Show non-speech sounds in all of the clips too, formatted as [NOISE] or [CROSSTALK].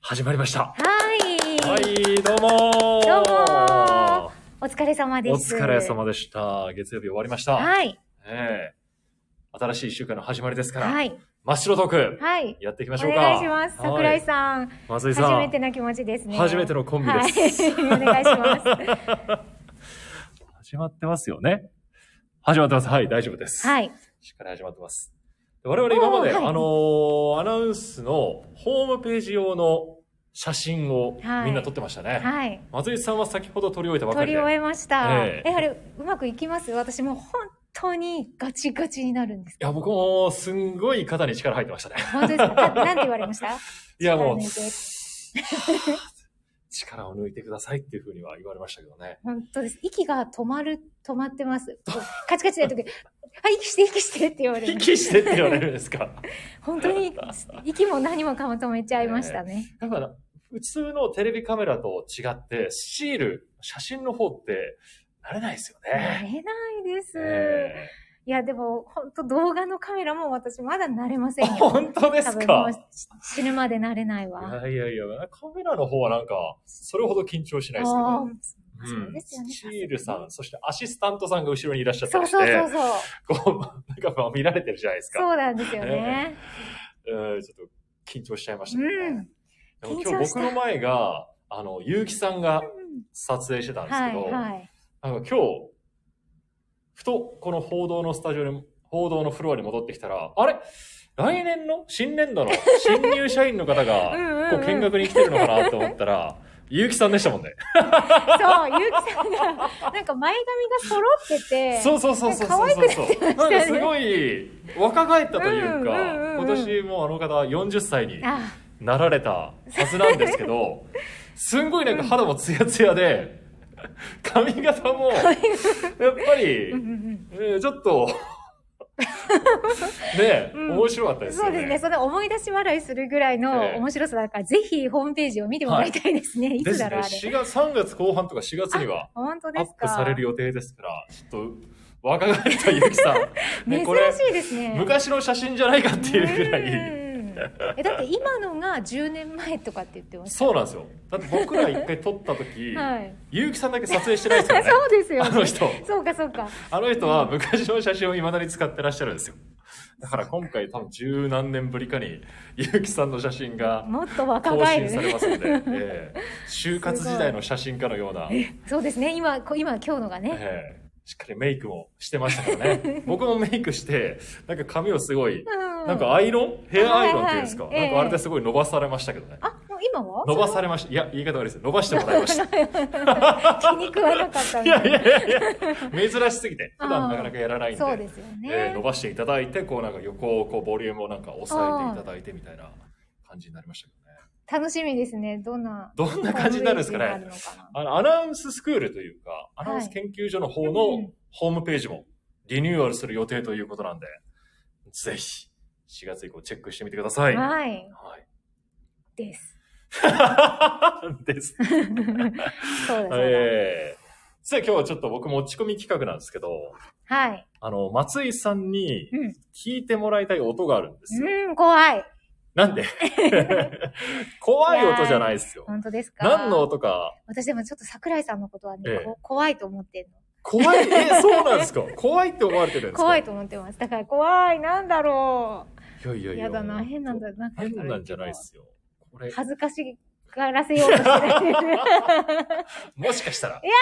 始まりました。はい。はい、どうもーどうもお疲れ様おです。疲れ様でした。月曜日終わりました。はい。ええ新しい一週間の始まりですから、はい。真っ白トーク、はい。やっていきまおしょうか。願いします。はい桜井さん、松井初さん、めてな気持ちですね。初めてのコンビです。はい。お [LAUGHS] 願いしま始まってますよね。始まってます。はい、大丈夫です。す。はい。しっかり始まってます。我々今まで、おーはいあのーアナウンスのホームページ用の写真をはいみんな撮ってましたね。はい。松井さんは先ほど撮り終えたばか撮りりで。終えました。ええ、えあれ、うまくいきます私もう本当にガチガチになるんですい。や、僕もすんごい肩に力入ってましたね。本当ですかななんて言われましたいや、もう、力抜い [LAUGHS] 力を抜いてくださいっていうふうには言われましたけどね。本当です。息が止まる、止まってます。こうカチカチな時、はい、息して、息してって言われる。息してって言われるんですか。 [LAUGHS] 本当に、息も何もかも止めちゃいましたね。だから、普通のテレビカメラと違って、シール、写真の方って、慣れないですよ慣ね。れないです。えいや、でも、本当動画のカメラも私まだ慣れませえんよ。本当で多す分もかうし死ぬまで慣れないいわ。やいやいや、カメラの方はなんか、それほど緊張しないですけあどー。そうですよねシールさん、そしてアシスタントさんが後ろにいらっしゃったそうりしそうそうて、そう。こう、なんかまあ見られてるじゃないですか。そうなんですよね。うんちょっと緊張しちゃいましたうけどんね。。でも緊張今日した僕の前が、あの、ゆうきさんが撮影してたんですはけい、ど、はい。なんか今日、ふとこの報道のスタジオに、報道のフロアに戻ってきたら、あれ来年の新年度の新入社員の方 [LAUGHS] うんが、うんうんこう見学に来てるのかなと思ったら、ゆうきさんでしたもんね。そう、ゆうきさんが、なんか前髪が揃ってて、そうそうそうそう可そう愛そうそう。なんねかすごい若返ったというか、うんうんうんうん今年もうあの方40歳にあなられたはずなんですけど、 [LAUGHS] すんごいなんか肌もツヤツヤで、髪型も、やっぱり、うんうんえーちょっと、ね、うん面白かったうんですそようですね。ね。その思い出し笑いするぐらいええの面白さだから、ぜひホームページを見てもらいたいですね。いでつすだねろう、あれ。 4月、3月後半とか4月には本当アでッすプか。される予定ですから、ちょっと、若返ったゆきさ [LAUGHS] ん。珍ね、これ、しいですね。昔の写真じゃないかっていうぐらい。うんえだって今のが10年前とかって言ってますそうなんですよ。だって僕ら一回撮った時、 [LAUGHS] はいゆうきさんだけ撮影してないですよね。 [LAUGHS] そうですよあの人。そうかそうかあの人は昔の写真を未だに使ってらっしゃるんですよ。だから今回多分十何年ぶりかに、ゆうきさんの写真がもっと若更新返されるますので、ええ就活時代の写真家のような、えそうですね今こ今今日のがね、えしっかりメイクもしてましたから [LAUGHS] ね。僕もメイクして、なんか髪をすごい、うんなんかアイロンヘアアイロンっていうんですか、はいはいはいなんかあれで、すごい伸ばされましたけどね。あもう今は伸ばされました。いや、言い方悪いです。伸ばしてもらいま [LAUGHS] した。気に食わなかったんいでやいやいやいや、珍しすぎて、普段なかなかやらないんで。そうですよね、えー伸ばしていただいて、こうなんか横をこうボリュームをなんか抑えていただいてみたいな感じになりましたけ楽しみですねどんなどね。どんな感じになるんですかね。ホームページがあるのかあの、アナウンススクールというか、アいナウンス研究所の方うのんホームページもリニューアルする予定ということなんで、ぜひ、4月以降チェックしてみてください。なははいです [LAUGHS] い。 [LAUGHS] です。そうです、えー。さあ今日はちょっと僕持ち込み企画なんですけど、はいあの、松井さんにうん聞いてもらいたい音があるんですよ。うん怖いなん [LAUGHS] で怖い音じゃないですよ。本当ですか何の音か。私でもちょっと桜井さんのことはね、ええこ怖いと思ってるの怖い、え、そうなん [LAUGHS] ですか怖いって思われてるんですか怖い。と思ってます。だから怖い、なんだろいやいやう。いや。やだな、変なんだ。なんか変なんじゃないですよ。これ、恥ずかしがらせようとして [LAUGHS] ない。もしかしたら。いや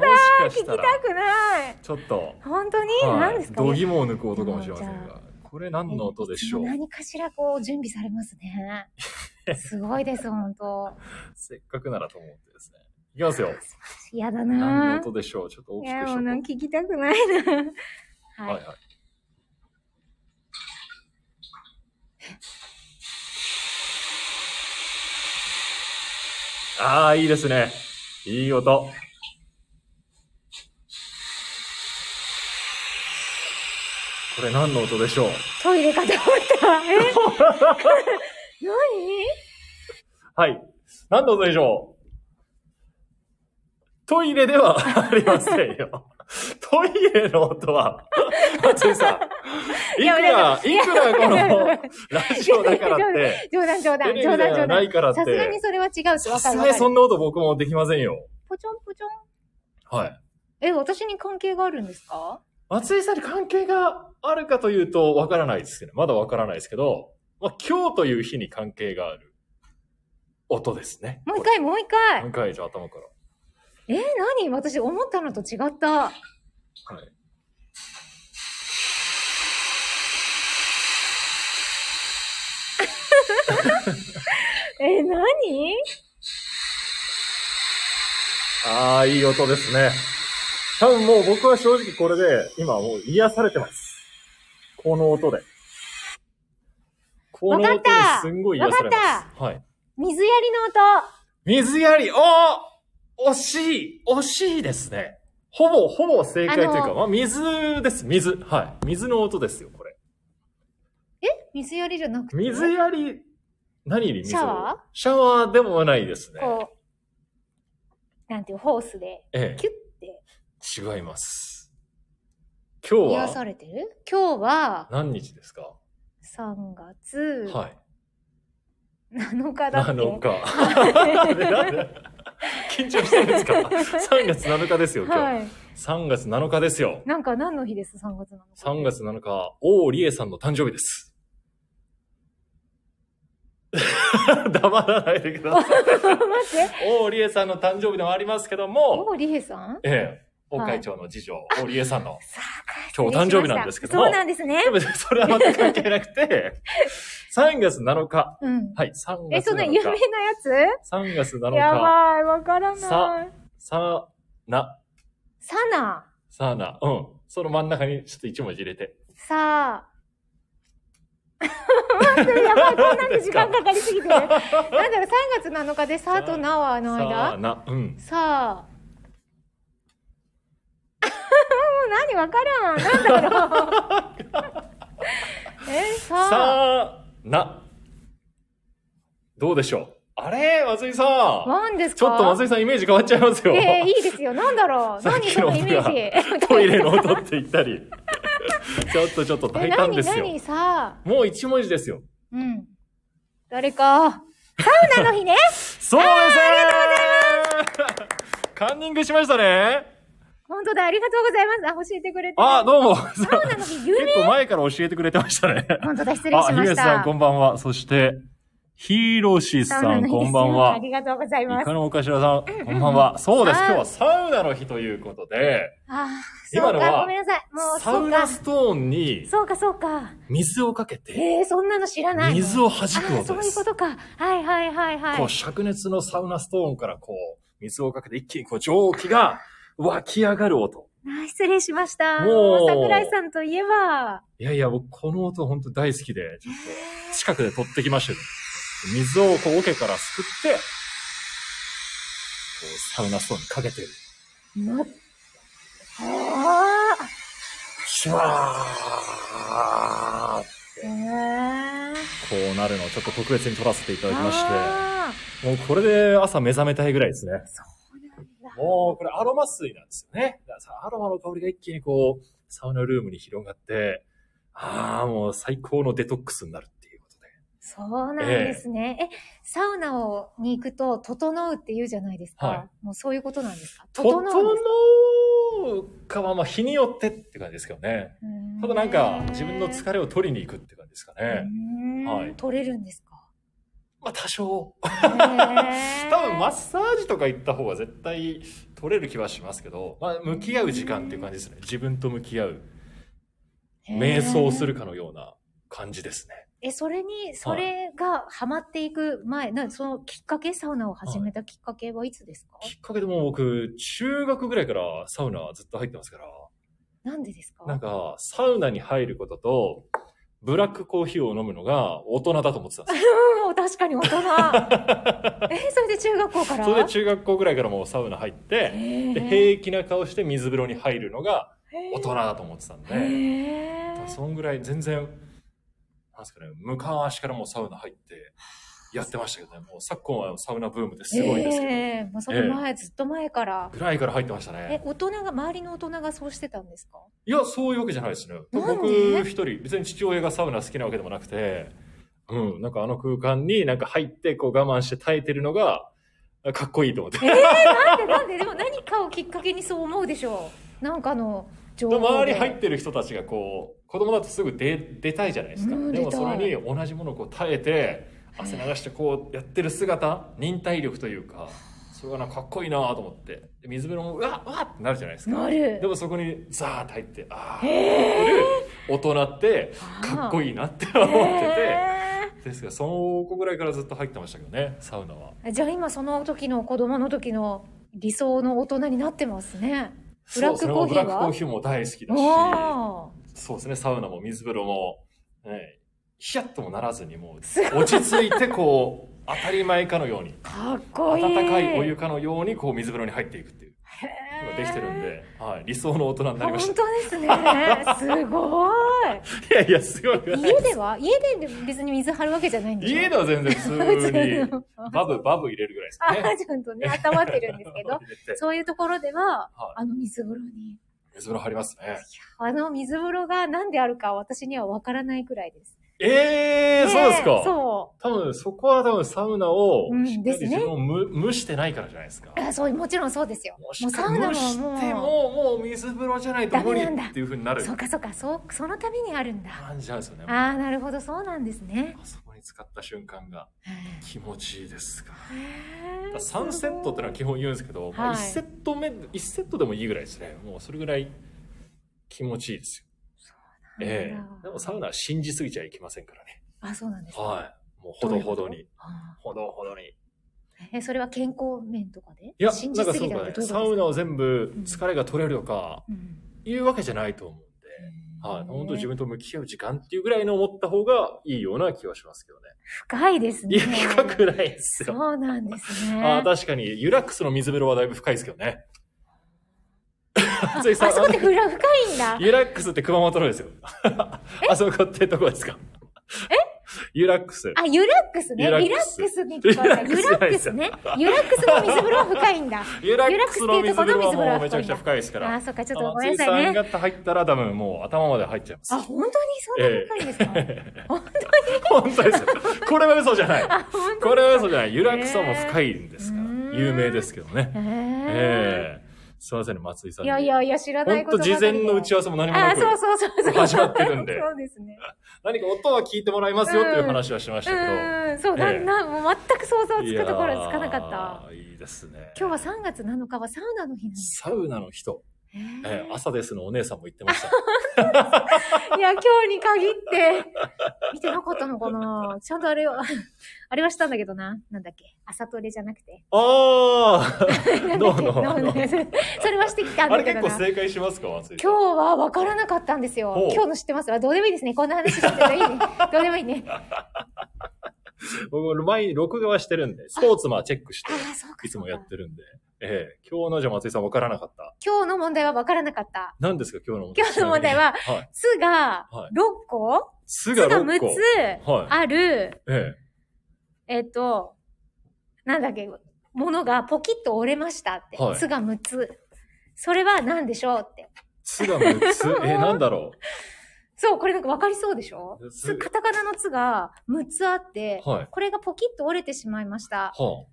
ー、やだもしか聞きしたたら、くない。ちょっと、本当に、はい何ですか度ね。肝を抜く音かもしれませんじゃが。これ何の音でしょう何かしらこう準備されますね。すごいです、本当。せっかくならと思ってですね。いきますよ。やだ何のな。音でしょうちょっと大いきくしや、もようなんうか聞きたくないな。か。ははいい。はい。ああ、いいですね。いい音。これ何の音でしょうトイレかと思った。え [LAUGHS] 何はい。何の音でしょう [LAUGHS] トイレではありませんよ。トイレの音は、松井さん。いいやくら、いやいくらこのいやいやいやラジオだからって、冗談冗テ談、レビ冗じ談冗ゃな談。いからっさすがてに、それは違うし、さわかするがわにかそる。んなこと僕もできませんよ。ぽちょんぽちょん。はい。え、私に関係があるんですか松井さんに関係があるかというと、わからないですけど、まだわからないですけど、まあ、今日という日に関係がある音ですね。もう一回、もう一回もう。一回、じゃあ頭から。えー、何私思ったのと違った。はい。えー、何ああ、いい音ですね。多分もう僕は正直これで、今もう癒されてます。この音で。この音わかでったすんごい癒されわかます。はい。水やりの音。水やり、おー惜しい惜しいですね。ほぼ、ほぼ正解というあか、のまあ、水です、水。はい。水の音ですよ、これ。水やりじゃなくて。水やり、何より水シャワーシャワーでもないですね。こう、なんていう、ホースで、えキュッてえ、違います。今癒日はされてる今日は、何日ですか、 3月はい。 7日だっけ、 7日。でなんで [LAUGHS] 緊張してるんですか ?3 月7日ですよ、今日。はい。 3月7日ですよ。なんか何の日です、3月7日。 3月7日、王理恵さんの誕生日です。 [LAUGHS] 黙らないでくだ [LAUGHS] さい。 [LAUGHS] 待って。王理恵さんの誕生日でもありますけども、おりへさんええ、王はい会長の次女、王理恵さんの。さあ今日お誕生日なんですけどもそうなんですねで。もそれは全く関係なくて、3月7日。うん。はい、3え、月その7有名な日や。つ3月7や日、ばい、わからなさい。さ、な、さな、さあな、うん。その真ん中にちょっと一文字入れて。 [LAUGHS] さあ。待って、やばい、こんなんで時間かかりす [LAUGHS] ぎて。なんだろう、3月7日でさとなはのさあ間な、うん。さあ。 [LAUGHS] もう何わからん。なんだろう。 [LAUGHS] え、さあ。さあな。どうでしょうあれ松井さん。何ですかちょっと松井さんイメージ変わっちゃいますよ。ええいいですよ。なんだろ [LAUGHS] う。さっ何きそののイメ [LAUGHS] ージ。トイレの音って言 [LAUGHS] ったり。ちょっとちょっとえ大胆何ですよ。何さあ。もう一文字ですよ。うん。誰か。サウナの日ね。そうですありがとうございますカンニングしましたね。本当だ。ありがとうございます。あ、教えてくれて。あ、どう [LAUGHS] も。サウナの日有名結構前から教えてくれてましたね。本当だ。失礼あ、しひまげした。さんこんばんは。そして、ひろしサさウナのん日こんばんはあ。りがとうございイます。カあのおかしらさん、こんばんは。そうです。は今い日はサウナの日ということで、あー、今そうのはか。ごめんなさい。もう、サそウうかナ。ストーンにそうか、そうか。水をかけて、えー、そんなの知らない。水を弾くあー音そうでいうこす。とか。はいはいはいはい。こう、灼熱のサウナストーンからこう、水をかけて一気にこう、蒸気が湧き上がる音。あー失礼しました。もう桜井さんといえば、いやいや、僕この音本当大好きで、ちょっと近くで撮ってきましたよ。水をこう、桶からすくって、こう、サウナストーンにかけてる。ま、あシュワーー、えー、こうなるのをちょっと特別に撮らせていただきまして、あもうこれで朝目覚めたいぐらいですね。ーもうこれアロマ水なんですよね。だからさアロマの香りが一気にこう、サウナルームに広がって、ああ、もう最高のデトックスになるっていうことで。そうなんですね。えサウナをに行くと、整うって言うじゃないですか。はもうそういうことなんですか整んですうかは、まあ日によってって感じですけどね。うーただなんか自分の疲れを取りに行くって感じですかね。うーんはい取れる [LAUGHS] んですかまあ多少。多多分分マッサージとか行った方が絶対取れる気はしますけど、まあ向き合う時間っていう感じですね。自分と向き合う。瞑想するかのような感じですね。え、それに、それがハマっていく前、なそのきっかけ、サウナを始めたきっかけはいつですか、きっかけでもう僕、中学ぐらいからサウナずっと入ってますから、なんでですかなんか、サウナに入ることと、ブラックコーヒーを飲むのが大人だと思ってたんですよ。うん、確かに大 [LAUGHS] 人。え、それで中学校からそれで中学校ぐらいからもうサウナ入って、で、へー平気な顔して水風呂に入るのが大人だと思ってたんで、へーそんぐらい全然、なんですかね、昔からもうサウナ入って、やってましたけどね。もう昨今はサウナブームですごいですけど、ええもうその前、ずっと前から。ぐらいから入ってましたえね、。大人が、周りの大人がそうしてたんですかいや、そういうわけじゃないですね。なん僕で一人、別に父親がサウナ好きなわけでもなくて、うん、なんかあの空間になんか入ってこう我慢して耐えてるのが、かっこいいと思って。なんでなんで、でも何かをきっかけにそう思うでしょう。なんかの情報で。 [LAUGHS] 周り入ってる人たちがこう子供だとすぐ出出たいじゃないですか、うんでも出そたいれに同じものをこう耐えて汗流してこうやってる姿忍耐力というかそれがなんかかっこいいなと思ってで水辺のうわっわっってなるじゃないですかなるでもそこにザーって入ってああ大人ってかっこいいいいなって思っててですがその子ぐらいからずっと入ってましたけどねサウナはじゃあ今その時の子供の時の理想の大人になってますね。ブラックコーそうですねブヒーはラックコーヒーも大好きだしおーそうですね、サウナも水風呂も、ね、ヒヤッともならずにもすう、落ち着いてこう、当たり前かのように、 [LAUGHS] かっこいい。温かいお湯かのようにこう水風呂に入っていくっていうのがへーできてるん。で、はい、理想の大人になりまし本た。当ですね。す [LAUGHS] ごいやいや、すごい。い。家では家で別に水張るわけじゃないんでしょ家では全然普通に、 [LAUGHS] バブ、バブ入れるぐらいですかあ [LAUGHS] ね。ちゃんとね、温まってるんですけ [LAUGHS] ど入、れてそういうところでは、はあの水風呂に。水風呂入りますね。あの水風呂が何であるか私には分からないくらいです。ええー、ねそうですか。そ多分、そこは多分サウナをう、んしっかりですね自分を無,、無してないからじゃないですかう。。あそう、もちろんそうですよ。ももうしサかウナももしてもう、も、もう水風呂じゃないと無理ダメなんだっていうふうになるそうかそうか、そう、そのためにあるんだ。感じなんですよね。ああ、なるほど、そうなんですね。あそこに使った瞬間がへ気持ちいいですから。ー3セットってのは基本言うんですけど、まあ、はい1セット目、一セットでもいいぐらいですね。もうそれぐらい気持ちいいですよ。えなんだえでもサウナは信じすぎちゃいけませんからね。あ、そうなんですね。はい。もうほどほどに。あほどほどに。いーえ、それは健康面とかでや、信なじんかすそうぎただらねどう。いうことですサかウナを全部疲れが取れるとか、いうわけじゃないと思うんで。はい。本当自分。分と向き合う時間っていうぐらいの思った方がいいような気はしますけどね。深いですいね。や、深くないですよ。そうなんですね。ああ、確かに、ユラックスの水風呂はだいぶ深いですけど [LAUGHS] ね。あついさあそこって裏深いんだ。ユラックスって熊本のですよ。 [LAUGHS] あそこってとこですか。えユラックス。あ、ユラックスね。ユリラッラックスクスに聞こえた。ユユララッッククスじスゃなね。ユラックスの水風呂は深いんだ。ユラックスの水風呂はもうめちゃくちゃ深いですから。あ、そっか、ちょっとごめんいなさいさんね。が入ったら多分もう頭まで入 [LAUGHS] っちゃいますあ、。本当にそんな深いんですか、本本当ですよ。これは嘘じゃない。当本当これは嘘じゃない。ユラックスはもう深いんですからえー。有名ですけどね。えええすいませんね、松井さーんに。いやいやいや、知らな本いこ当と事前の打ち合わわせも何もあなあ、く、そうそうそうそう。始まってるんでそうですね。何か音は聞いてもらいますよという話はしましたけど。うん、そう、ええなん、なん、もう全く想像ついくやところはつかなかった。ー。いいですね。今日は3月7日はサウナの日なんです。サウナの人、えーえー朝ですのお姉さんも言ってま [LAUGHS] した。いや、今日に限って、見てなかったのかなちゃんとあれを、あれは [LAUGHS] したんだけどな。なんだっけ朝トレじゃなく [LAUGHS] て。ああどうなのんだっけ [LAUGHS] それはしてきたんあだれけ結ど構な。正解しますか松井さん。今日は分からなかったんですよほう。今日の知ってますあどうでもいいですね。こんな話しててもいい [LAUGHS] ね。どうでもいいね。あ僕、前に録画はしてるんで、スポーツマンチェックして、あ、そうか。いつもそやうかってるんで。ええ今日のじゃあ松井さん分からなかった。今日の問題は分からなかった。何ですか今日の問題。今日の問題ははい。つがはい6個すつがが6 6個。つはい。ある、ええっと、なんだっけ、ものがポキッと折れましたっては。いつが6つ。それは何でしょうって。すが6つ。えー、なんだろそう、これなんか分かりそうでしょう。すつ、カタカナのつが6つあって、はい。これがポキッと折れてしまいました。はあ、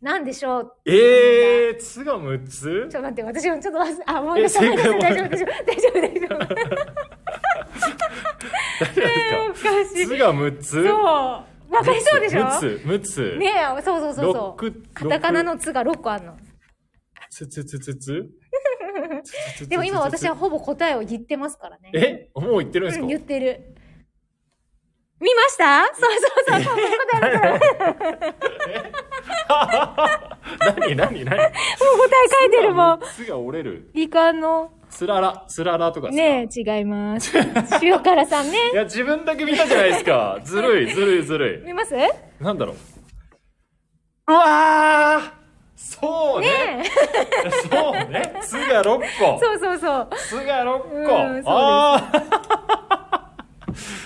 なんでしょうええー、つが6つち [LAUGHS] ょっと待って、私もちょっと忘れ、あ、もう、大丈正解は夫、大丈夫、大丈夫、大丈夫、大丈夫。大丈夫えーでおかしすかつい。そう。が6つわかりそうでしょ6つ、6つ。ねえ、そうそうそうそ六う。カタカナ。のつが6個あるの。六つつつつつつでも今私はつつつつ。ほぼ答えを言ってますからね。えもう言ってるんですうかん、言ってる。見ましたそうそうそう。答え答え何何何 [LAUGHS] 書いてるもん。つが折れる。理科の。つらら、つららとかですかねえ、違います。塩辛さんね。いや、自分だけ見たじゃないです [LAUGHS] か。ずるい、ずるい、ずる見ますい。なんだろう。うわーそうね。ねえ。そうね。 [LAUGHS] つが6個。そうそうそう。つが6うんそう個で。すああ。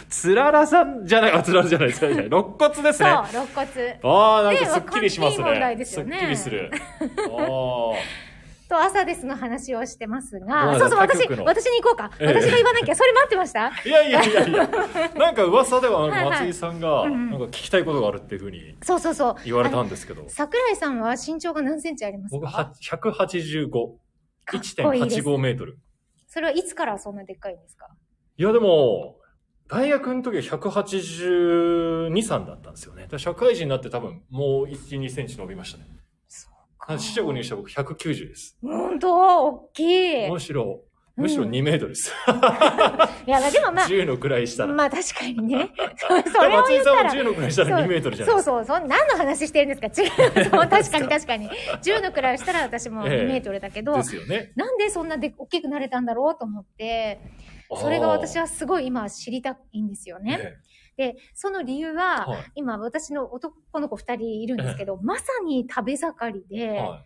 [LAUGHS] つららさんじゃない、あ、つららじゃない、つららじゃない。肋骨ですそう、ね。肋あ骨。あ、なんかすっきりしますねわかんいい問題ね。ですよねっきりする。あと、朝ですの話をしてますまが、あそうそう、他私、局の私に行こうか。ええ私が言わなきゃ。それ待ってましたあ。いやいやいやい [LAUGHS] や。なんか噂では、あはいの、はい松井さんが、うんうんなんか聞きたいことがあるっていうふうにそうそうそう。言われたあのんですけど、桜井さんは身長が何センチあります僕かは185。かっこいいです1.85メートル。それはいつからそんなでっかいんですかいや、でも、大学の時は182、3だったんですよね。だから社会人になって多分、もう1、2センチ伸びましたね。そうあの四捨五入したら僕190です。本当大きい。むしろ、むしろうん2メートルです。いや、でもまあ、 10のくらいしたら。まあ確かにね。そうだそかれらを松言井っさんたはら。 10のくらいしたら2メートルじゃないでそうすか。そうそう。何の話してるんですか違う。そう確かに確かに。10の位したら私もええ2メートルだけど、ですよね。なんでそんなで大きくなれたんだろうと思って、それが私はすごい今知りたいんですよあーね。。で、その理由は、はい今私の男の子2人いるんですけど、まさに食べ盛りで、は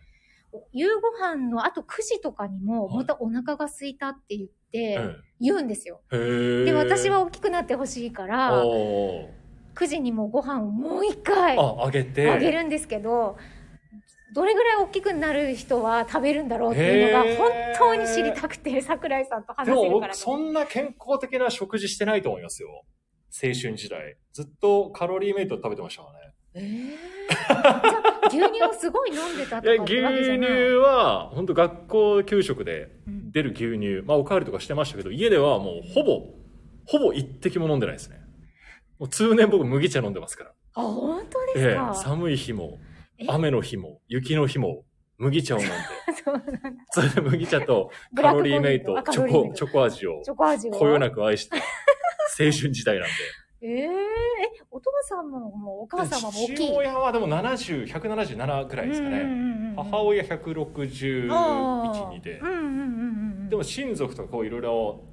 夕ご飯のあと9時とかにも、はいまたお腹が空いたって言っい。て、え言うんですよ。えへえ。で、私は大きくなってほしいから、おー、 9時にもご飯をもう一回ああ、あげて。げるんですけど、どれぐらい大きくなる人は食べるんだろうっていうのへーが本当に知りたくて、桜井さんと話でせもる僕、からね。そんな健康的な食事してないと思いますよ。青春時代。ずっとカロリーメイト食べてましたからね。えーじゃあ牛乳をすごい飲んでたとかってわけじゃ牛ない。乳は、本当学校給食でうん出る牛乳、まあおかわりとかしてましたけど、家ではもうほぼ、ほぼ一滴も飲んでないですね。もう通年僕麦茶飲んでますから。あ、本当えですえか、寒い日もえ、雨の日も、雪の日も、麦茶を飲んで、 [LAUGHS] そうなんだそれで麦茶とブラカックロコーヒリーーメイトあ、カチロョリーメイコ、トチョコ味を、チョコ味を。こよなく愛 [LAUGHS] して、青春時代なんで。えーえ、お父さんももうお母様も大きい父。親はでも70、177くらいですかうんうね。んうんうん母親161、あ2ーでうん。うんうんうん、でも親族とかこういろいろ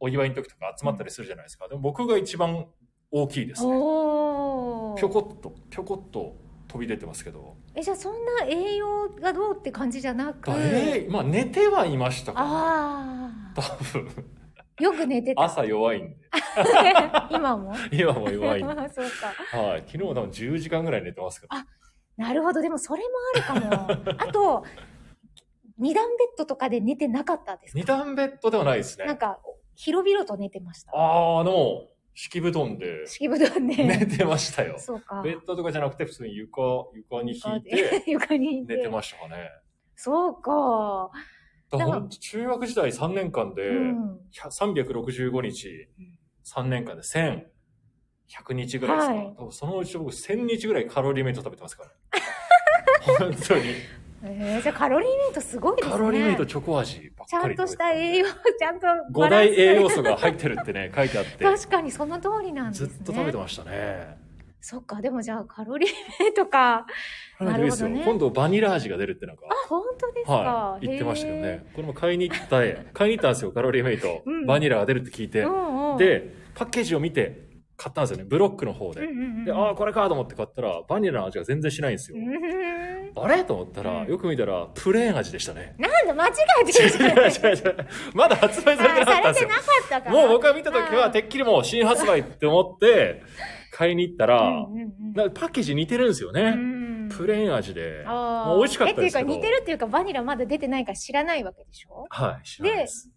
お祝いの時とか集まったりするじゃないですか。でも僕が一番大きいですね。おおぴょこっと、ぴょこっと飛び出てますけど。えじゃあそんな栄養がどうって感じじゃなく、ええまあ寝てはいましたかあら。多分、あよく寝てた朝弱いんで。今も今も弱いんで。はい。あ [LAUGHS] そうか昨日も多分10時間ぐらい寝てますから。なるほどでもそれもあるかもあと二段ベッドとかで寝てなかったです二か段ベッドではないですなんね。か広々と寝てましたあの、敷布団で敷布団で、寝てましたよ。そうかベッドとかじゃなくて普通に床、床に引いて [LAUGHS] 床にい [LAUGHS] て寝てましたかね。そうか、だかだかららほんと中学時代3年間で、うんひゃ365日う3ん、年間で1100日ぐらいですか、はい多分そのうち僕1000日ぐらいカロリーメイト食べてます [LAUGHS] から。本当に。えー、じゃあカロリーメイトすごいですねカロリーメイトチョコ味ばっちゃかりんとした栄養ちゃんと5バラン大ス栄養素が入ってるってね、書いてあって。 [LAUGHS] 確かにその通りなんですずっね。と食べてましたね。そっか、でもじゃあカロリーメイトか。なるほどねいいですよ今度バニラ味が出るってなんかあ。、本当ですか。はい。言ってましたけどへね。これも買いに行った、 [LAUGHS] 買いに行ったんですよ、カロリーメイトうん。バニラが出るって聞いてー。。うんうん、で、パッケージを見て買ったんですよね。ブロックの方うんで。うんうん、で、ああ、これかと思って買ったら、バニラの味が全然しないんですよう。んあれと思ったら、うん。よく見たら、プレーン味でしたね [LAUGHS] [LAUGHS] なんだ、間違え違て [LAUGHS] うるじゃな違うい違う違う。まだ発売されてなかったあんですされてよな。かったから。もう僕が見た時は、てっきりもう新発売って思って、買いに行ったらうん、うんうんなんかパッケージ似てるんですよね。うんプレーン味で。あーまあ美味しかったですけえ、ってど。いうか似てるっていうかバニラまだ出てないから知らないわけでしょはい、知らないです。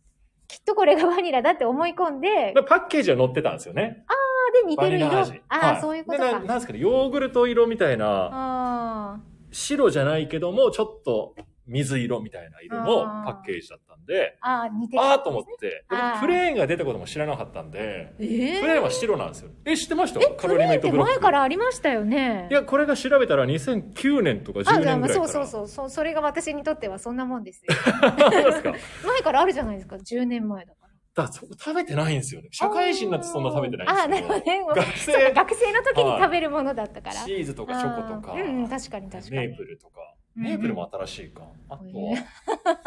きっとこれがバニラだって思い込んで、でパッケージは載ってたんですよね。で似バてニるラ色。味。ああ、はそういうことでなか。なんですかね、ヨーグルト色みたいな、あ白じゃないけども、ちょっと水色みたいな色のパッケージだったんで、あ、ああ、似てる。ああーと思って、であープレーンが出たことも知らなかったんで、えプー、レーンは白なんですよ。え、知ってましたえ、カプロリレーーメンイっトてブロック。前からありましたよね。いや、これが調べたら2009年とか10あ、じゃあ年ぐまあらいかそうら。そうそうそう、それが私にとってはそんなもんです [LAUGHS] よ。そうですか。だか前からあるじゃないですか、10年前だから。らそこ食べてないんですよね。社会人になってそんな食べてないんですあーあー、なるほどね。もう学そうか生、学生の時に食べるものだったから。チーズとかチョコとか、あーうんうん、確かに確かメーにプ。ルとか。メープルも新しいか。あとは、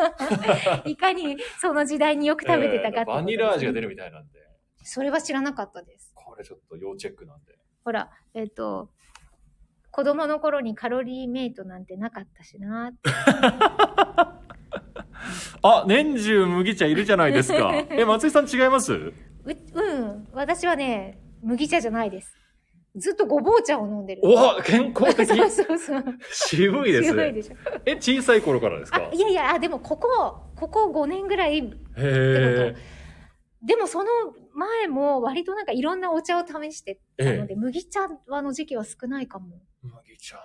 いかにその時代によく食べてたかってことでえーバニすね、ラ味が出るみたいなんで、それは知らなかったです。これちょっと要チェックなんで。ほら、えっ、と、子供の頃にカロリーメイトなんてなかったしなって。 [LAUGHS] あ、年中麦茶いるじゃないですか。え、松井さん違いますう、うん、私はね、麦茶じゃないです。ずっとごぼう茶を飲んでる。お健そう康的 [LAUGHS] そうそう。渋いです強いね。でしょ。え、小さい頃からですかあ、いやいや、あでもここ、ここ5年ぐらいってへことでもその前も割となんかいろんなお茶を試してたので、麦茶はの時期は少ないかも。え。麦茶、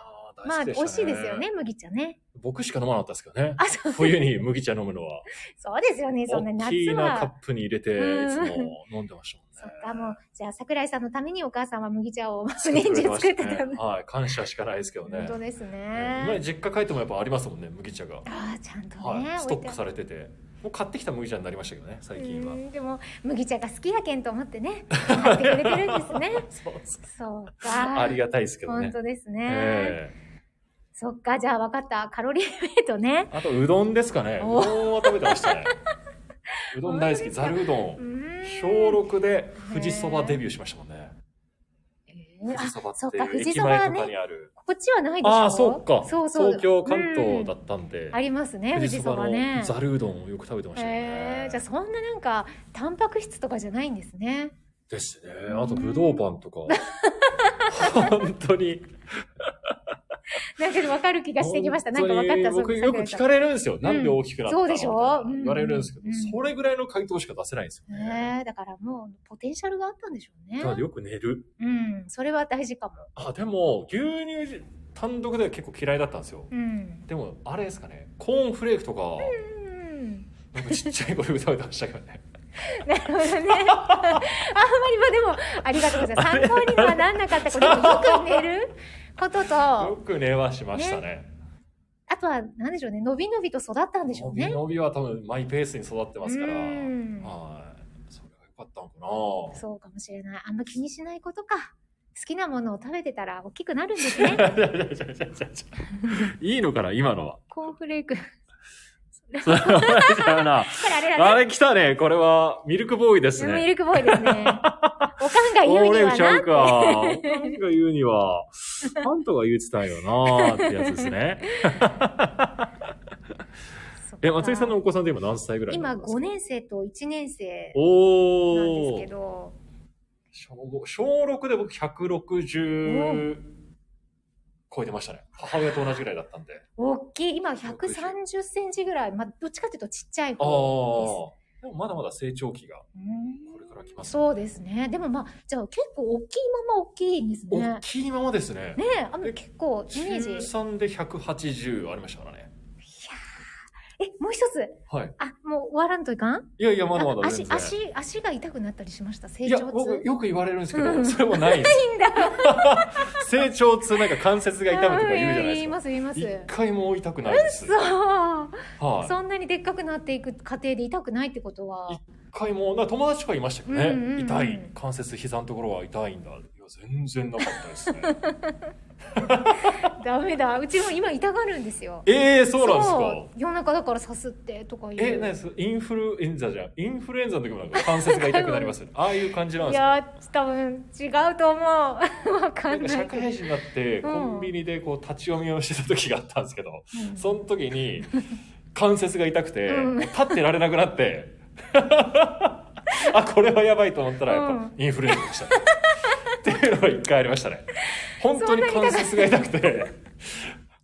大まあ好き美でしたね。味しいですよね、。麦茶ね。僕しか飲まなかったですけどね。あ、そう。冬に麦茶飲むのは、そうですよね、そんな大き夏いなカッは。プに入れて、いうんつも飲んでましたもんね。そっか、もう、じゃあ桜井さんのためにお母さんは麦茶を年中作っ作てたってんましたねだ。はい、感謝しかないですけど本ね。当です今ね。実家帰ってもやっぱありますもんね、麦茶が。ああ、ちゃんとはねい、、ス置トいッてクされてて。もう買ってきた麦茶になりましたけどね、最近はう。んでも麦茶が好きやけんと思ってね買ってくれてるんですね [LAUGHS] そうそうそうかありがたいですけど本ね。当ですね、ええそっかじゃあ分かったカロリーメイトねあと、うどんですかね。うおどんは食べてま [LAUGHS] したね。うどん大好本当き、ですかざるうど。うんーん小六で富士そばデビューしましたもんね。えー富士そばあそっってかい富う士駅そばは前とかにねある。こっちはないでしょああ、そっか。そうそう東京、関東だうんったんで。ありますね富富士士そそばばのねざるうどんをよく食べてましたよへねえ。じゃあそんななんかタンパク質とかじゃないんですねですね。あと、ぶどうパンと [LAUGHS] か。本当に。なんか分かる気がしてきましたなんか分かった本当にう僕よく聞かれるんですよ。なんで大きくなったのそうでしょうん言われるんですけど、うんそれぐらいの回答しか出せないんですよね。ねえだからもうポテンシャルがあったんでしょうねだからよく寝る。うんそれは大事かもあ、でも、牛乳単独では結構嫌いだったんですよ。うんでも、あれですかね。コーンフレークとか、うん僕ちっちゃい頃食べてましたけどね。なるほど [LAUGHS] ね。あんまり、まあでも、ありがとうございます。参考にはなんなかったこと、よく寝ることと、 [LAUGHS] あよく寝はしましたね。とは、なんでしょうね、伸び伸びと育ったんでしょ伸うびね。伸びは多分マイペースに育ってますから。うんはい。それが良かったのかなそうかもしれない。あんま気にしないことか。好きなものを食べてたら大きくなるんで [LAUGHS] すね。いいのかな今のは。 [LAUGHS] コーンフレーク。こそれはな。れあれだあね。れ来たね。これは、ミルクボーイですミね。ルクボーイで [LAUGHS] すね。おかんが言うにはちゃなうか。なんが言うには、なんとか言うてたんよなってやつですね。 [LAUGHS] そっかえ、松井さんのお子さんって今何歳ぐらい今なんですか5年生と1年生なんですおけー。ど、小五小6で僕160超えてましたね。母親と同じぐらいだったんで。大きい、今130センチぐらい、まあ、どっちかっていうとちっちゃいああ方。でもまだまだ成長期がですうんこれから来ます。そうですね。でもまあ、じゃあ結構大きいまま大きいんですね大。きいままですね。ねえ、あのえ結構イメージ。い中や3で180ありましたからね。ーえ、もう一つ。はい。あ、もう終わらんといかんいやいや、まだまあだ足全、然。足、足が痛くなったりしました。成いや、長僕痛。よく言われるんですけうど、んそれもないです。いいんだ。成長痛なんか関節が痛むとか言うじゃない言でいすまか。す、言います。一回も痛くないです。そう。はそんなにでっかくなっていく過程で痛くないってことは。い。一回も、なんか友達とかいましたけどうんうんうんね。痛い。関節、膝のところは痛いんだ。いや、全然なかったです [LAUGHS] ね。ダメだ。うちも今痛がるんですよ。ええ、そうなんですそかう。夜中だからさすってとか言う。え、なんですインフルエンザじゃん。インフルエンザの時もなんか関節が痛くなりますよね。ああいう感じなんいですかやー多分違うと思う [LAUGHS] わかなんかんな社いけど会人になってうんコンビニでこう立ち読みをしてた時があったんですけど、うんその時 [LAUGHS] に関節が痛くて、うん立ってられなくなって [LAUGHS] あこれはやばいと思ったらやっうぱインフルエンザでした、っていうのが一回ありましたね本当に関節が痛くて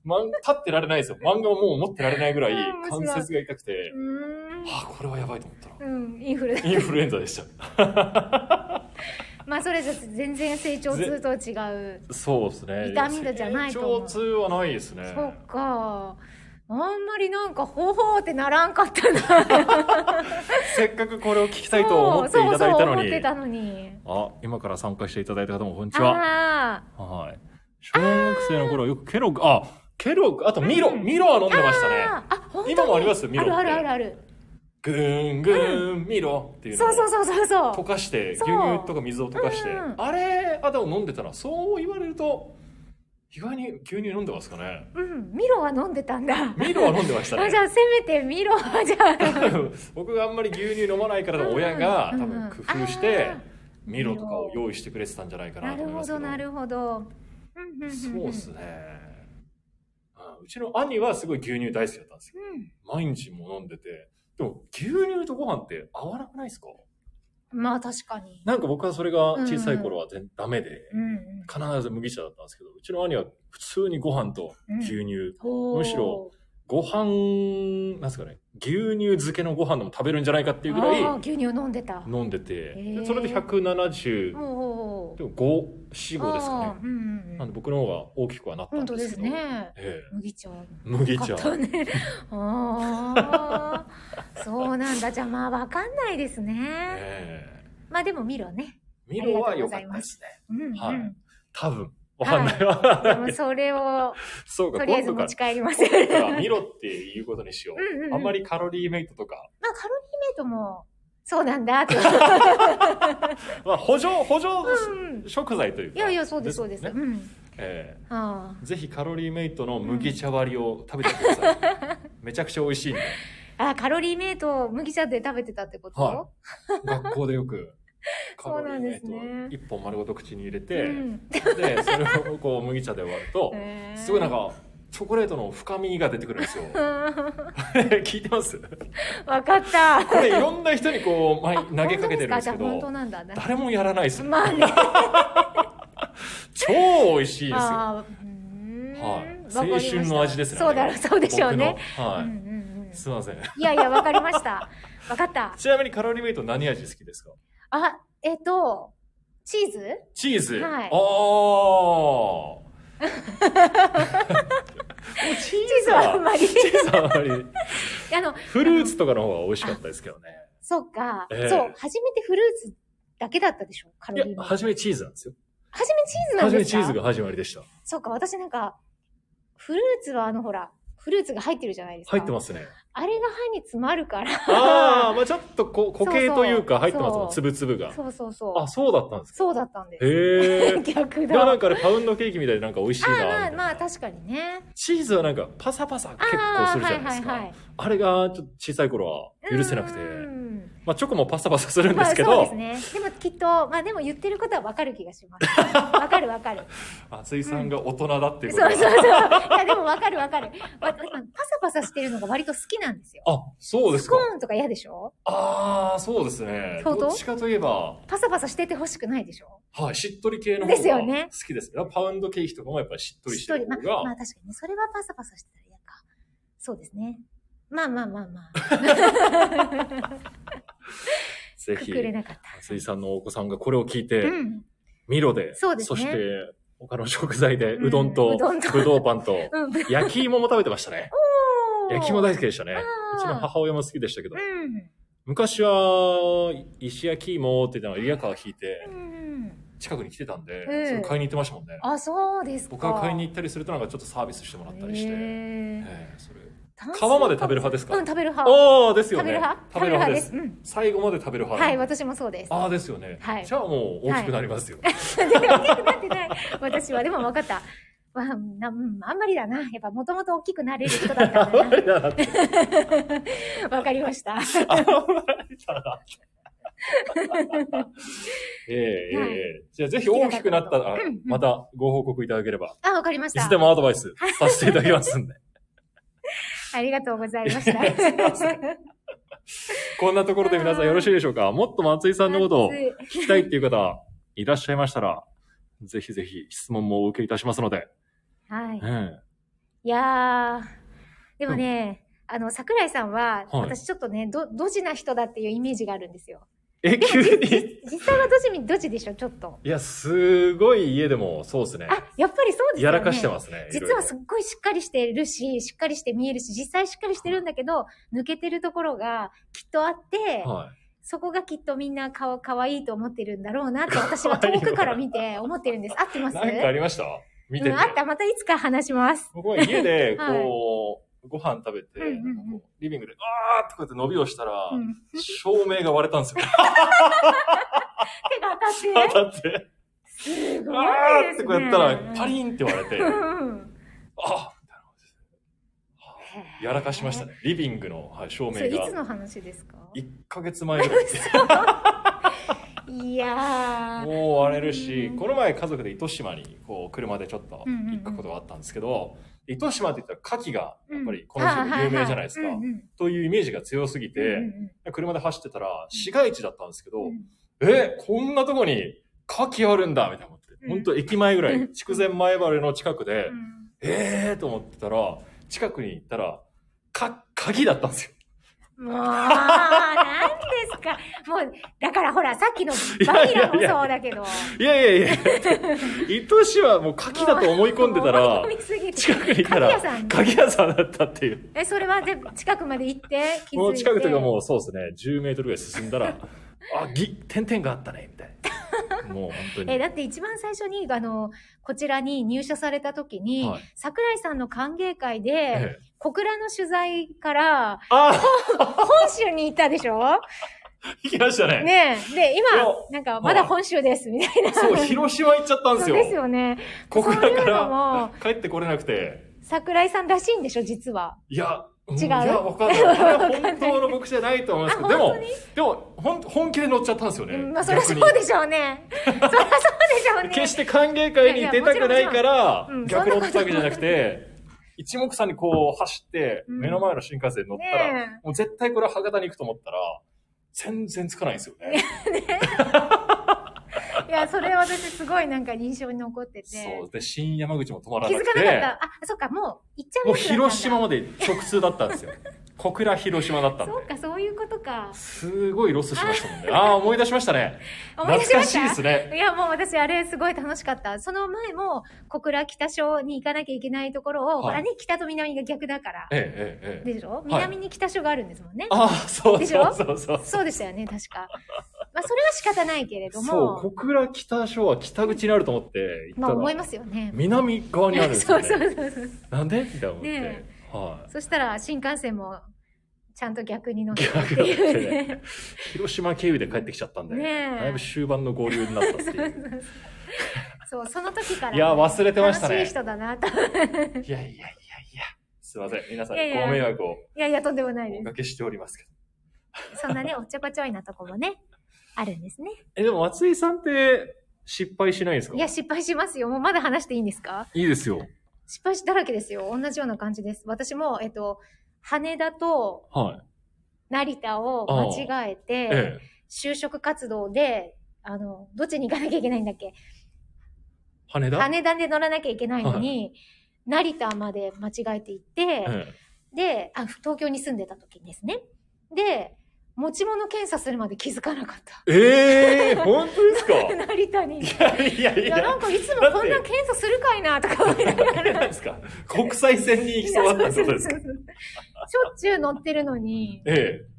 まん立ってられないですよ漫画をもう持ってられないぐらいうん面白関い節が痛くて、うあこれはやばいと思ったらーんうんインフルインフルエンザでしたまあそれじゃ全然成長痛とは違うそうですね痛みじゃないと思成う長痛はないですねそっかあんまりなんかほうほうってならんかったな [LAUGHS] せっかくこれを聞きたいと思っていただいたのそうそうそう思っにて。たのにあ、今から参加していただいた方もこんにちは。あはい。小学生の頃はよくケロッグ、あ、ケロッグ、あとミロ、うんミロは飲んーでましたあね。ーあ本当に今もありますミロってあるあるあるぐーんぐーん、ミロってあいるうのそをうそうそうそうそう溶かして、牛そう乳とか水を溶かしてうんう。んあれ、あ、でも飲んでたら、そう言われると、意外に牛乳飲んでますかね。うんミロは飲んでたんだミロは飲んでました [LAUGHS] あじゃね。あせめてミロはじゃあ [LAUGHS] 僕があんまり牛乳飲まないから、親がうん多分工夫してあー、ミロとかを用意してくれてたんじゃないかななとる思いまほすけどど。なるほどんんんんそうですね。あうちの兄はすごい牛乳大好きだったんですよ。うん毎日もう飲んでて。でも牛乳とご飯って合わなくないですかまあ確かに。なんか僕はそれが小さい頃は全、ダメで、うん必ず麦茶だったんですけど、うちの兄は普通にご飯と牛乳、うん。むしろご飯、なんですかね、牛乳漬けのご飯でも食べるんじゃないかっておいうー、ぐらあーい牛乳飲んでた。飲んでて、へーでそれで175、もうおーおー。でも5、4、5ですかあーね。うんうんうなんん。で僕の方が大きくはなったん本当でですけすど。ね。ええ麦茶。麦買茶。ったね。 [LAUGHS] ああ。そうなんだ。じゃあまあわかんないですね。ええまあでも見ろね。ミロは良かったですね。うんうん。はい多分。わかはいんないでわ。もそれ [LAUGHS] を、そうか、とりあえ今ず度持かち帰ります。 [LAUGHS] らミロっていうことにしようんうんうんう。あんまりカロリーメイトとか。まあ、カロリーメイトも、そうなん [LAUGHS] だ、と。まあ、補助、補助うん。食材というか。いやいや、そうです、そうです。ねうん。ええあぜひカロリーメイトの麦茶割りを食べてください。めちゃくちゃ美味しいんで。あ、あカロリーメイトを麦茶で食べてたってこと、は学校でよく。カそうロリーなんメでイすトねを一本丸ごと口に入れうて、ん。で、それをこう麦茶で割る [LAUGHS] と、へーすごいなん。か、チョコレートの深みが出てくるん [LAUGHS] ですよ。うん聞いてますわかった。これいろんな人にこう、前投げかけてるんあですけ本当ど、なんだじゃあ本当なんだ。誰もやらないですね。まあね。超美味 [LAUGHS] しいですよ。あーうはーんい。わかり青ました春の味ですね。そうだろう、そうでしょうね。僕の。うんはうい。んすいません。うん。いやいや、わかりました。わかった。ちなみにカロリーメイト何味好きですかあ、えっと、チーズチーズ。はいああ。 [LAUGHS] もうチーチーズズはあんは、まり。 [LAUGHS] チーズはあんまり。あの、フルーツとかの方が美味しかったですけどね。そっか、ええそう、初めてフルーツだけだったでしょカロリーいや、も。初めチーズなんですよ。初めチーズなん初でめすチかーズが始まりでした。そうか、私なんか、フルーツはあのほら、フルーツが入ってるじゃないですか。。入ってますすね。あれが歯に詰まるから。ああ、まあちょっとこ固形というかそう入っそてうますもん、粒々が。そうそうそう。あ、そうだったんですかそうだったんです。。へえ逆でもなだ。んかあれパウンドケーキみたいでなんか美味しいなみまたあいなまあ、確かにね。チーズはなんかパサパサ結構あすあるじゃないですか。あ,、はいはいれがちょっと小さい頃は。はい許せなくて。うんまあチョコもパサパサするんでまあすけど、そうですね。でもきっと、まあでも言ってることはわかる気がします。わかるわかる。松井さんが大人だっていうことそうが、そうそう。いや、でもわかるわかる。わパサパサしてるのが割と好きなんですよ。あ、そうですスかコ。ーンとか嫌でしょああ、そうですね。相当どっちかといえば、パサパサしてて欲しくないでしょはい、しっとり系の方ですよが好ねきですね。パウンドケーキとかもやっぱりしっとりしっしてとるり。ま方あ、が、まあ確かにね。それはパサパサしてたら嫌か。そうですね。まあまあまあまあ。 [LAUGHS] ぜくひく、れなかった。松井さんのお子さんがこれを聞いて、うん。ミロで、そうですねして、他の食材で、うんうどんと、うどんとぶどうパン [LAUGHS] と、うん。焼き芋も食べてましたね。焼き芋大好きでしたね。あーうちの母親も好きでしたけどう、ん。昔は、石焼き芋って言ったのがリヤカー引いてう、ん。近くに来てたんで、ええそれ買いに行ってましたもんね。あ、そうですか。僕が買いに行ったりするとなんかちょっとサービスしてもらったりして。へえーえそれ。炭皮水まで食べる派ですかうん、食べる派。ああ、ですよ食べね。る派食べる派です。。うん。最後まで食べる派。はい、私もそうです。 [LAUGHS] ああ、ですよね。はいじゃあもう大きくなりますよ。なってない。私は、でも分かった。わあなうん、あんまりだな。やっぱ、もともと大きくなれる人だったんあ [LAUGHS] んまだりだなって。な。わかりました。あんまりだな [LAUGHS] って。ええええはいええじゃあぜひ大きくなったらうんうん、またご報告いただければ、あ、わかりましいたつで。もアドバイスさせていただきますんで。ありがとうございま [LAUGHS] した。こんなところで皆さんよろしいでしょうかもっと松井さんのことを聞きたいっていう方、いらっしゃいましたら、ぜひぜひ質問もお受けいたしますので。はい。うんいやー。でもね、あの、桜井さんは、はい私ちょっとね、ど、ドジな人だっていうイメージがあるんですよ。え、急に [LAUGHS] 実際はドジみ、ドジでしょ、ちょっと。いや、すごい家でもそうですね。あ、やっぱりそうですよね。やらかしてますね。実はすっごいしっかりしてるし、しっかりして見えるし、実際しっかりしてるんだけど、抜けてるところがきっとあってい、ろいろはい。そこがきっとみんな顔可愛いと思ってるんだろうなっ [LAUGHS] て私は遠くから見て思ってるんです。合ってますなんかありました見てて。うん、あった。またいつか話します。僕は家で、 [LAUGHS] はいこう、ご飯食べて、うんうんうんなんかこうリビングで、あーってこうやって伸びをしたら、うん、照明が割れたん [LAUGHS] ですよ。手が当たっ当て。たって。すごいあーでっすてね。こうやったら、パリンって割れて、うんあやらかしましたね。リビングの、はい、照それ明いつが。 [LAUGHS] の話ですか1ヶ月前ぐらいです。いやー。もう荒れるし、この前家族で糸島にこう車でちょっと行くことがあったんですけど、糸島って言ったら牡蠣がやっぱりこの時期有名じゃないですかうん。うんというイメージが強すぎうんて、うん車で走ってたら市街地だったんですけどう、んえ、こんなとこに牡蠣あるんだみたいな思ってう。ん本当駅前ぐらうい、[LAUGHS] ん筑前前原の近くでう、んえーと思ってたら、近くに行ったら、か、鍵だったんですよ。もう、なんですか。もう、だからほら、さっきのバニラもそうだけど。いやい [LAUGHS] やいや、糸島はもう牡蠣だと思い込んでたら [LAUGHS] 思い、込みすぎて近くに行った鍵屋らさん、鍵屋さんだったっていう。え、それはで近くまで行って、気づいて。もう近くというかもうそうですね、10メートルぐらい進ん [LAUGHS] だら、あ、ぎ、点々があったね、みたいな。もう本当に。え、だって一番最初に、あの、こちらに入社された時に、はい桜井さんの歓迎会えで、え小倉の取材から、あ本州に行ったでしょ行きましたね。ねえ。で、いや今、なんか、まだ本州です、みたいな。そう、広島行っちゃったんですそうよ。ですよね。小倉かそういうのもら帰ってこれなくて。桜井さんらしいんでしょ、実は。いや、ん違ういや、わかんない。あれは本当の僕じゃないと思います [LAUGHS] けど、でも、でも、ほん、本気で乗っちゃったんですよね。うんまあ、そりゃそう逆にでしょ [LAUGHS] うね。そりゃそうでしょうね。決して歓迎会に出たくないからいやいやも、ちろんもちろん逆乗ったわけじゃなくて、一目散にこう走って、うん目の前の新幹線に乗ったら、ねもう絶対これは博多に行くと思ったら、全然つかないんですよね。いや、それは私すごいなんか印象に残っててそ。う。で、新山口も止まら気なづく、かなかってた。あ、そっか、もう行っちゃうもうやつだったんだ広島まで直通だったんです [LAUGHS] よ。小倉広島だったんでそ。うか、そういうことか。すごいロスしましたもんね。ああー、思い出しましたね。思い出しま懐かししたいですね。いや、もう私、あれ、すごい楽しかった。その前も、小倉北署に行かなきゃいけないところを、はいほらね、北と南が逆だから。ええええええ。でしょ南に北署があるんですもんね。ああ、そうでしそょうそうそう。そうでしたよね、確か。まあ、それは仕方ないけれどそう、も、小倉北署は北口にあると思って行まっあ、た思いら、ますよね。南側にあるんですそよう [LAUGHS] そうね。そうそう。なんでみたいな思ってね。はそしたら、新幹線も、ちゃんと逆に乗って逆っにて乗っていうね。い。広島経由で帰ってきちゃったんで、ねえだいぶ終盤の合流になったっていう。そう、その時から、いや、忘れてました楽しいね。人だなと。いいやいやいやいや。すいません。皆さん、いやいやご迷惑をやいや、とんでもないでおかけしておりますけど。す。そんなね、おっちょこちょいなとこもね、あるんですね。え、でも松井さんって失敗しないんですかいや、失敗しますよ。もうまだ話していいんですかいいですよ。失敗しだらけですよ。同じような感じです。私も、えっと、羽田とはい。成田を間違えて、ええ。就職活動で、あの、どっちに行かなきゃいけないんだっけ羽田羽田で乗らなきゃいけないのに、成田まで間違えて行って、えであ、東京に住んでた時にですね。で、持ち物検査するまで気づかなかった。え。ええ本当ですか成田に。いいやいやいや、なやん。かいつもだってこんな検査するかいなとか思いなが [LAUGHS] ら。なんですか国際線に行きそうだったってことですか [LAUGHS] そうそうそうそうしょっちゅう乗ってるのに。ええ。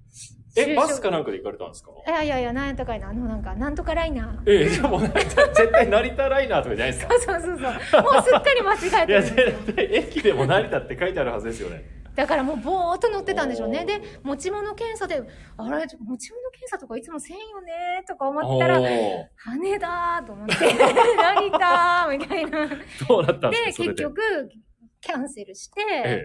就え、職バスかなんかで行かれたんですかいやいやいや、なんやったかいな。あの、なんか、なんとかライナー。ええ、じゃあもうなんか絶対成田ライナーとかじゃないですかそうそうそうそう。もうすっかり間違えいてるや、んですよ。絶対駅でも成田って書いてあるはずですよね。だからもうぼーっと乗ってたんでしょうね。おーで、持ち物検査で、あれ、持ち物検査とかいつもせんよねとか思ったらお、ー羽田ーと思って、 [LAUGHS] 成田ーみたいな。で、どうなったんですかそれで。結局、キャンセルして、え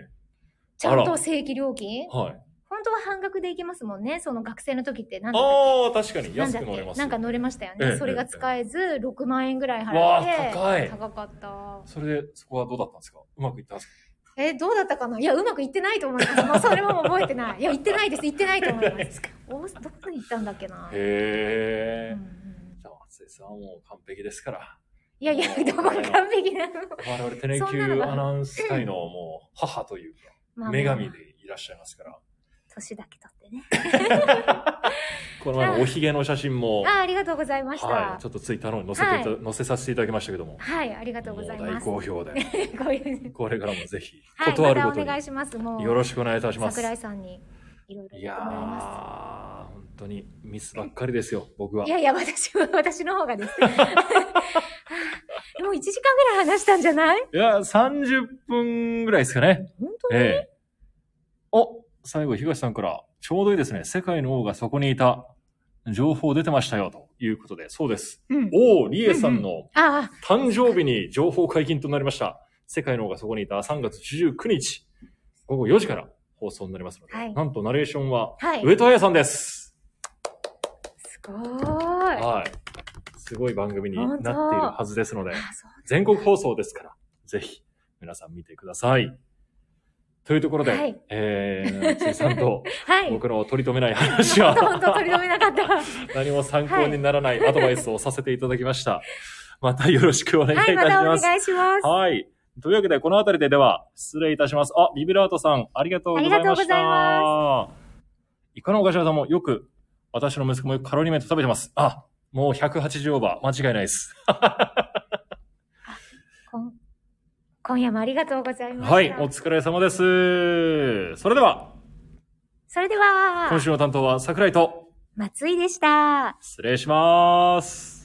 ちゃんと正規料金え。はい。本当は半額で行けますもんね。その学生の時って何だったっけああ、確かになん安だっく乗れけます。なんか乗れましたよね、ええそれが使えず6万円ぐらい払わっあて、高い高かったそれで、そこはどうだったんですかうまくいったんですかえどうだったかないやうまくいってないと思いますもうそれも覚えてないいやいってないですいってないと思い [LAUGHS] ますおどこに行ったんだっけな、へうんうえ。んじゃあ、松井さんはもう完璧ですから。いやいやどこが完璧なの我々テレキュそんなのーがアナウンス界のもう母というか、まあ女神でいらっしゃいますから。年だけ取ってねこの前のおひげの写真も、あありがとうございましたはい、ちょっとツイッターの方に載せていた、は載せさせていただきましたけども。はい、ありがとうございもうま大す好評で、 [LAUGHS] こういうこれからもぜひ、はい断まるたこおとに、願いしますもうよろしくお願いいたします。桜井さんにいろいろい言やっー、てもらいます本当にミスばっかりですよ、僕は。いやいや、私は、 [LAUGHS] 私の方がです。もう1時間ぐらい話したんじゃないいや、30分ぐらいですかね。本当に、ええ。お、最後、東さんから、ちょうどいいですね。世界の王がそこにいた。情報出てましたよ、ということで。そうです。うん。王リエさんのああ、誕生日に情報解禁となりました。世界の方がそこにいた3月19日、午後4時から放送になりますので、はいなんとナレーションは、はい。上戸彩さんです。すごーい。白い。あ、はい。すごい番組になっているはずですので、そう全国放送ですから、ぜひ皆さん見てください。というところで、はいえー、夏井さんと [LAUGHS] はい。僕の取り留めない話本当本当取 [LAUGHS] りは、留めなかった。何も参考にならないアドバイスをさせていただきました。またよろしくお願いいたしはい、またおます。願いします。はい。というわけで、この辺りででは、失礼いたします。あ、ビビラートさん、ありがとうございました。ありがとうございまイカのお頭さんもよく、私の息子もよくカロリーメント食べてます。あ、もう180オーバー。間違いないです。こん今夜もありがとうございました。はい、お疲れ様です。それでは、それでは今、週の担当は桜井と、松井でした。失礼します。